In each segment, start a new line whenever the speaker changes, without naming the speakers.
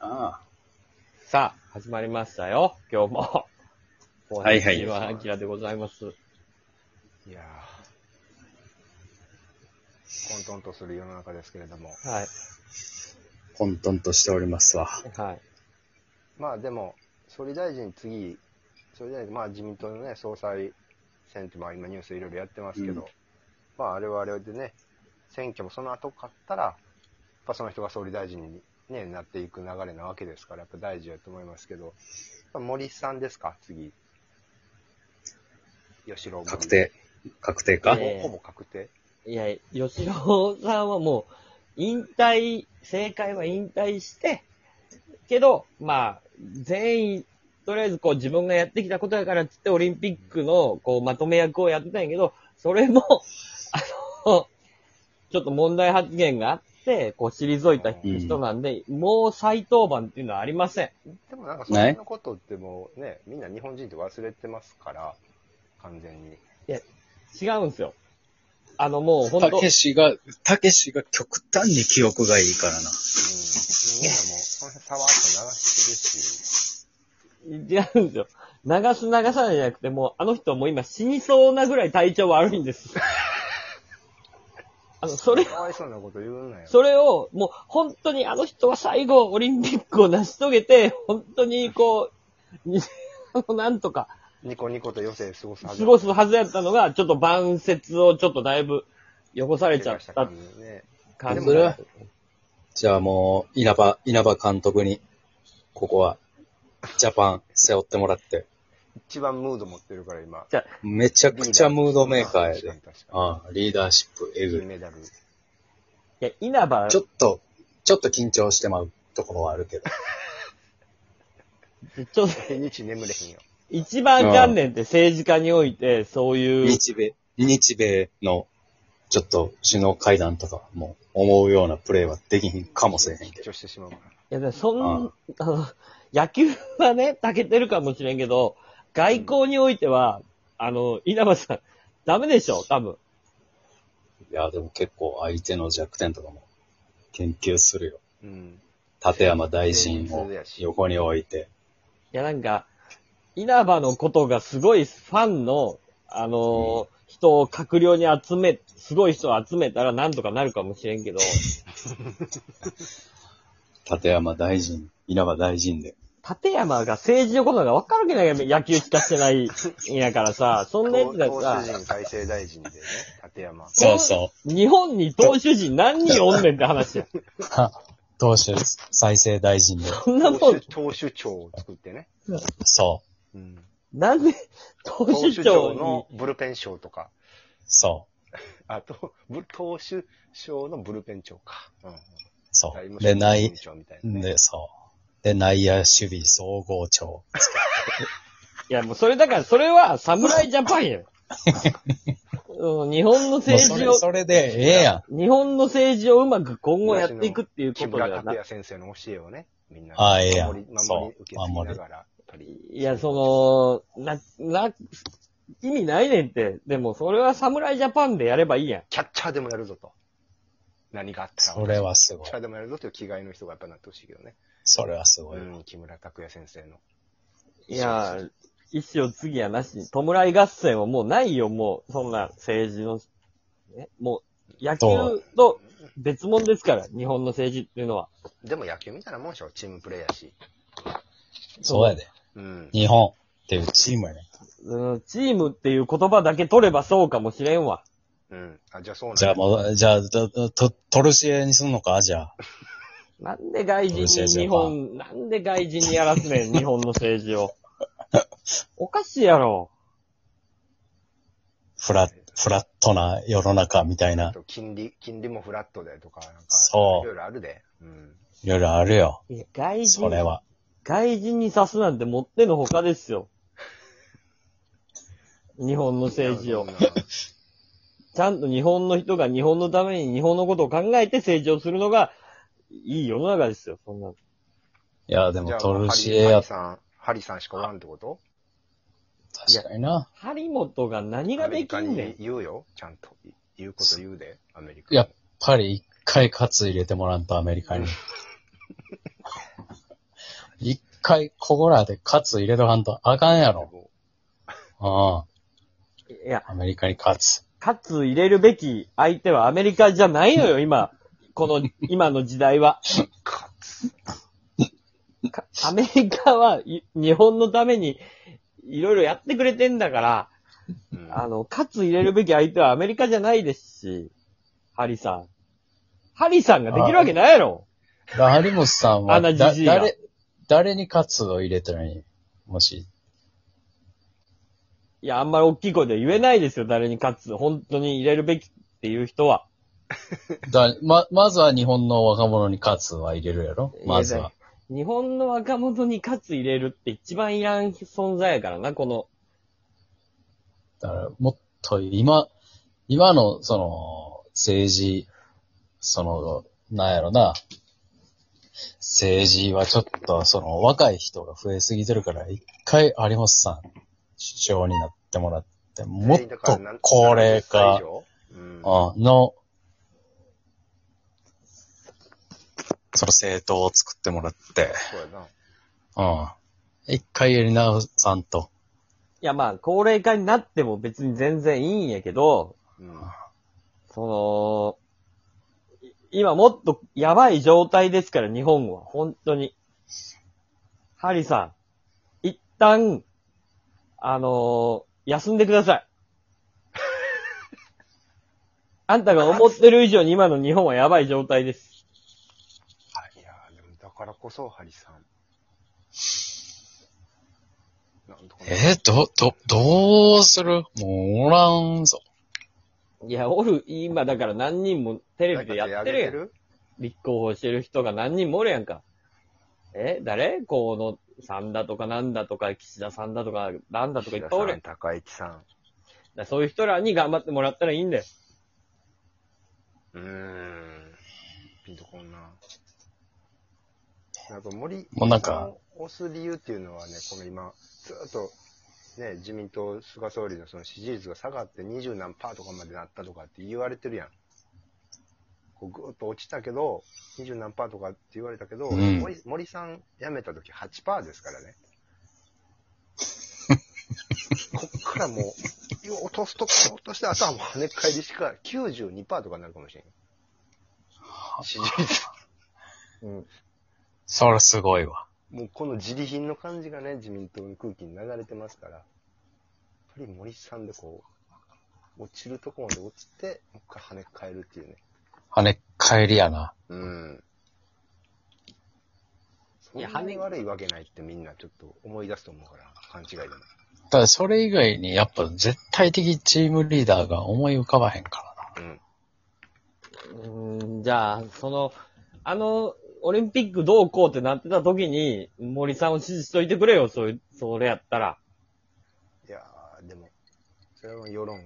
あ
さあ、始まりましたよ、今日も。
はいはい
こんにちは、アキラでございます。
いやー、混沌とする世の中ですけれども、
はい。
あ、混沌としておりますわ。
はい。
まあでも、総理大臣、次、総理大臣、まあ自民党のね、総裁選って、まあ今ニュースいろいろやってますけど、
うん
まああれはあれでね、選挙もその後勝ったら、やっぱその人が総理大臣に、ね、なっていく流れなわけですから、やっぱ大事だと思いますけど、まあ森さんですか、次。吉郎
確定。確定
か
か、
ええ
ほぼ確定。
いや、吉郎さんはもう、引退、正解は引退して、けど、まあ、全員、とりあえずこう自分がやってきたことやからってって、オリンピックのこうまとめ役をやってたんやけど、それも、 あの、ちょっと問題発言があって、こう退いた人なんで、もう再登板っていうのはありません。
でもなんか、それのことってもうね、みんな日本人って忘れてますから、完全に。
違うんですよ。あのもう本
た
当
けしが、たけしが極端に記憶がいいからな。
うん。みんなもう、その辺さわーっと流して
違うんですよ。流す流さないじゃなくて、もう、あの人はもう今死にそうなぐらい体調悪い んです。あの、そ
る
れ
し、、かわいそうなこと言うなよ。
それを、もう本当にあの人は最後、オリンピックを成し遂げて、本当にこう、にあの、なんとか、
ニコニコと余生過ごすはず。
過ごすはずやったのが、ちょっと晩節をちょっとだいぶ汚されちゃった
感じね。
感じ
それはじゃあもう、稲葉、稲葉監督に、ここは、ジャパン背負ってもらって。
一番ムード持ってるから今。
めちゃくちゃムードメーカーや
確かに
で。
確か
ああ、リーダーシップ、え
に。
ぐ
金メダル。
いや、稲葉
い。ちょっと、ちょっと緊張してまうところはあるけど。
ちょっと、
毎日眠れへんよ。
一番あかんねんって政治家において、そういう、
日米、日米の、ちょっと首脳会談とかも思うようなプレーはできひんかもしれへんけ
緊
ど。
張してしまうから。
いや、でもそん、あの、野球はね、たけてるかもしれんけど、外交においては、あの、稲葉さん、ダメでしょ、多分。
いや、でも結構相手の弱点とかも研究するよ。
うん。
立山大臣を横に置いて。
いや、なんか、稲葉のことがすごいファンの、あの、人を閣僚に集め、すごい人を集めたらなんとかなるかもしれんけど、
立山大臣、稲葉大臣で。
立山が政治のことが分かるわけないやん野球しかしてないんやからさ、そんなやつ
投投
が
手
さ、
陣改正大臣でね、立山。
そうそ
日本に投手陣何人おんねんって話や。
う。当主再生大臣で。
そんなも
投
ん
手、投手長を作ってね。
そう。
うん。
なんで、投
投
手長
手
の
長の、ブルペン賞とか。
そ
あと、 ぶ投手賞のブルペン長か。う
う。そ
ん。
う。で、内
内、長みたいなね
で、そう。で、内野守備総合長。
いやもうそれだから、それは侍ジャパン やん。うん日本の
もう
政
そ
治
れ、
を、
それでええやん。
日本の政治をうまく今後やっていくっていうこ
木
とだ
村
よ
拓
な。
哉先生の教えをね、みんな
ああええやん
守り、
そう
守り受け継ぎながら、やっぱり。
いや、その、な、な、意味ないねんって。でも、それは侍ジャパンでやればいいやん。
キャッチャーでもやるぞと。何があったら
それはすご
キャ
い
ッチャ。ーでもやるぞという気概の人がやっぱなってほしいけどね。
それはすご
う
い。
ん、木村拓哉先生の。
いや、一生次はなしに、弔い合戦はもうないよ、もう、そんな政治の、ね、もう、野球と別物ですから、日本の政治っていうのは。
でも野球みたいなもんでしょ、チームプレーやし。
そうやで。
うん。
日本っていうチームやね。
うんチームっていう言葉だけ取ればそうかもしれんわ。
うん。あ、じゃあそうなんだ
じゃあもう、じゃあ、と、とトルシエにすんのかじゃあ。
なんで外人に日本、なんで外人にやらすねん、日本の政治 を。おかしいやろ。
フラッ、フラットな世の中みたいな
あ、と金利、金利もフラットでとか、なんか、
そう
いろいろあるで。うん。
いろいろあるよ。
いや外
それ
人、
は。
外人に刺すなんてもってのほかですよ。日本の政治を
い。やそんな
ちゃんと日本の人が日本のために日本のことを考えて政治をするのが、いい世の中ですよ、そんな。
いや、で
じゃ
も
あ
トルシエ
ハ
や
リ、さん、ハリさんしかおらんってこと
確かにな。
張本が何ができんね
アメリ
ん
カに。言うよ、ちゃんと。い言うこと言うで、アメリ カ。
やっぱり一回カツ入れてもらんとアメリカに。回ここらでカツ入れとかんとあかんやろ。あ
も
いや、
あ、アメリカにカツ。
かつ入れるべき相手はアメリカじゃないのよ、今。この、今の時代は。
うカツ。
かアメリカはい日本のためにいろいろやってくれてんだから、
うん
あの、かつ入れるべき相手はアメリカじゃないですし、ハリさん。ハリさんができるわけないやろ。
だ有本さんは、
あんな
だ
じじいが
誰、誰にカツを入れたのに、もし、
いや、あんまり大きい声では言えないですよ、誰に勝つ。本当に入れるべきっていう人は。
だ、ま、まずは日本の若者にカツは入れるやろまず
言えな。。
はい
日本の若者に勝つ入れるって一番いらん存在やからな、この。
だから、もっと今、今の、その、政治、その、なんやろな、政治はちょっと、その、若い人が増えすぎてるから、一回有本さん、首相になってもらって、もっ
だから
と
なん
高齢化
70歳以、上うん
あの、その政党を作ってもらって、
そうやな。
うん。一回やり直さんと。
いや、まあ、高齢化になっても別に全然いいんやけど、
うん。
その、い今もっとやばい状態ですから、日本は。本当に。ハリさん、一旦、あのー休んでください。 あんたが思ってる以上に今の日本はやばい状態です。
いやーでもだからこそ、ハリさん。なんとかね
えーど、ど、どうするもうおらんぞ。
いや、おる、今だから何人もテレビでやってるやん。
なんか
立候補してる人が何人もおるやんか。え誰河野さんだとかなんだとか、岸田さんだとか、なんだとかい
手
っ
挙げてる
ぱいおるやん。
岸田さん高市さん。
だからそういう人らに頑張ってもらったらいいんだよ。
うーん。ピンとこんな。なんか森、
もうなんか、
押す理由っていうのはね、この今、ずーっと、ね、自民党、菅総理のその支持率が下がって二十何パーとかまでなったとかって言われてるやん。こうぐーっと落ちたけど、二十何パーとかって言われたけど、
うん
森森さん辞めた時8パーですか らね。こっからもう、よう落とすと、落として、あとはもう跳ね返りしか92パーとかになるかもしれん。支持率。
うん。
それすごいわ。
もうこの自利品の感じがね、自民党の空気に流れてますから、やっぱり森さんでこう、落ちるとこまで落ちて、もう一回跳ね返るっていうね。
跳ね返りやな。
うん。そ
いや
んなに悪いわけないってみんなちょっと思い出すと思うから、勘違いでも。
ただそれ以外にやっぱ絶対的チームリーダーが思い浮かばへんからな。
うん。
うん、じゃあ、その、あの、オリンピックどうこうってなってた時に、森さんを支持しといてくれよ、そういう、それやったら。
いやー、でも、それは世論、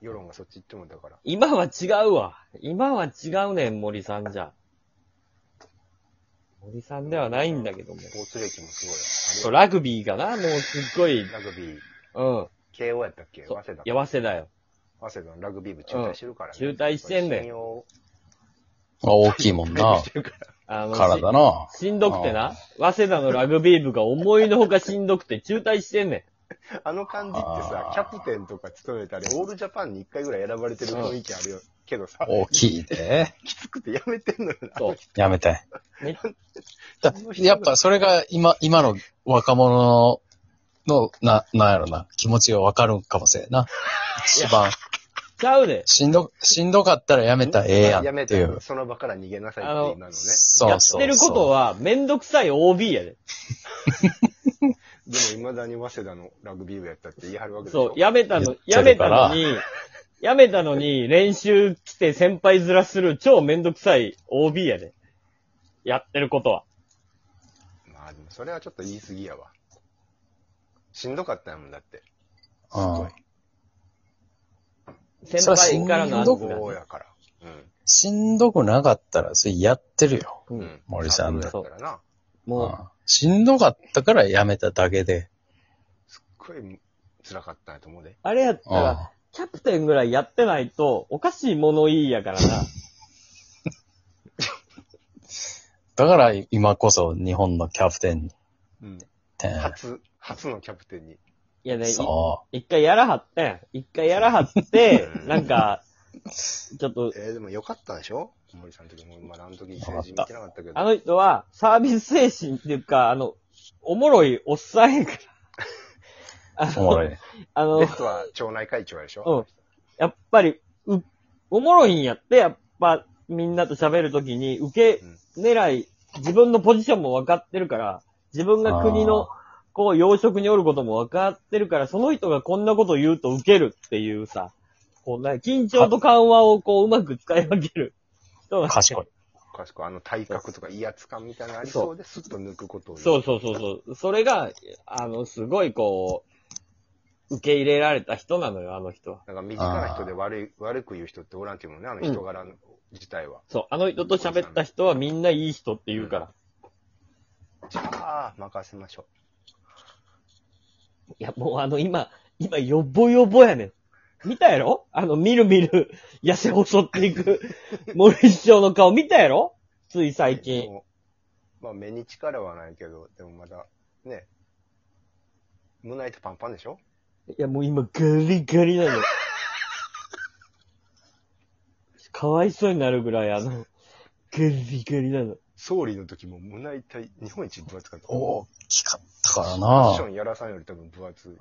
世論がそっち行ってもだから。
今は違うわ。今は違うねん、森さんじゃ。森さんではないんだけども
ス。ポーツ歴もす
そう
ごい。
ラグビーかなもうすっごい、うん。
ラグビー、
そ
KO やったっけ
う
早稲
い
田。
や、早稲田よ。
早稲田のラグビー部中退してるからね。
うん中退してんねん
信用
大きいもんな
し。てるから
あの、
体な。
ししんどくてな。早稲田のラグビー部が思いのほかしんどくて中退してんねん。
あの感じってさ
あ、
キャプテンとか務めたり、オールジャパンに一回ぐらい選ばれてる雰囲気あるよ。けどさ、
大きいで。
きつくてやめてんのよな。
そう。
やめて。
め
だやっぱそれが今、今の若者の、な、なんやろな、気持ちがわかるんかもしれんな。一番、
ちゃうで。
しんど、しんどかったらやめたらええや
や
んっ
め
てい
て
う、。
その場から逃げなさいって
あの
今のね。
そうそうそう。
やってることはめんどくさい OB やで。
でも未だに早稲田のラグビー部やったって言い張るわけでしょ。
そう、やめたの、
言
や
っ
め
てる
た
から
のに、やめたのに練習来て先輩面する超めんどくさい OB やで。やってることは。
まあでもそれはちょっと言い過ぎやわ。しんどかったやもんだって。
うん。
先輩からの
あ
圧
そ
が
う
ね、
そうやから。
しんどくなかったら、それやってるよ。
うん。う
うんん。
森さん
だ
で
ったらな。
う
も
ん。しんどかったからやめただけで。
すっごい辛かったんやと思うで。
う、あれやった
うん
ら、。キャプテンぐらいやってないと、おかしいものいいやからな。
だから今こそ日本のキャプテンに
うん。
て。
初、初のキャプテンに。
いやね、い
そ
一回やらはったやん。一回やらはって、なんか、ちょっと、
えー、でもよかったでしょ森さんの時も、まあ、あの時政治見てなかったけど。
あの人はサービス精神っていうか、あの、おもろいおっさんやから。あ
う。おも
の、
ろい。
あの
ベストは町内会長でしょ
うん。やっぱり、う、おもろいんやって、やっぱ、みんなと喋るときに、受け狙い、自分のポジションも分かってるから、自分が国の、こう、要職におることも分かってるから、その人がこんなこと言うと受けるっていうさ、こうな、緊張と緩和をこう、うまく使い分ける人が。
賢い。
かしこあの体格とか威圧感みたいなのありそうで、スッと抜くことを言
そうそうそうそう。それが、あの、すごいこう、受け入れられた人なのよ、あの人は。
なんか身近な人で悪い、悪く言う人っておらんっていうもんね、あの人柄の自体は。
そう、あの人と喋った人はみんないい人って言うから。
じゃあ、任せましょ。
いや、もうあの、今、今、よぼよぼやねん。見たやろあの、みるみる、痩せ細っていく、森市長の顔見たやろついう最近。
もうまあ、目に力はないけど、でもまだ、ね、胸板パンパンでしょ
いや、もう今、ガリガリなの。かわいそうになるぐらい、あの、ガリガリなの。
総理の時も胸板、日本一分厚かった。
大きかったから
パッショ
な
ンやらさんより多分分厚い。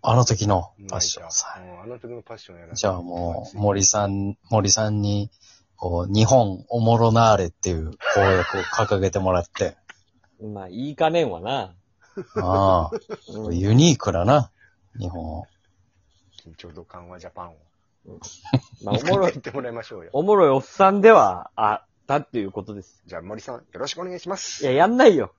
あの時の
胸板
パッションさ。
うんあの時のパッションやら
じゃあもう、
も
森さん、森さんに、こう、日本おもろなーれっていう公約を掲げてもら って、
まあ、いいかねんわな。
あ
う
あ、
ん
ユニークだな、日本を。
緊張度緩和ジャパンを。
まあ、おもろい
言っ、てもらいましょうよ。
おもろいおっさんではあったっていうことです。
じゃあ森さん、よろしくお願いします。
いや、やんないよ。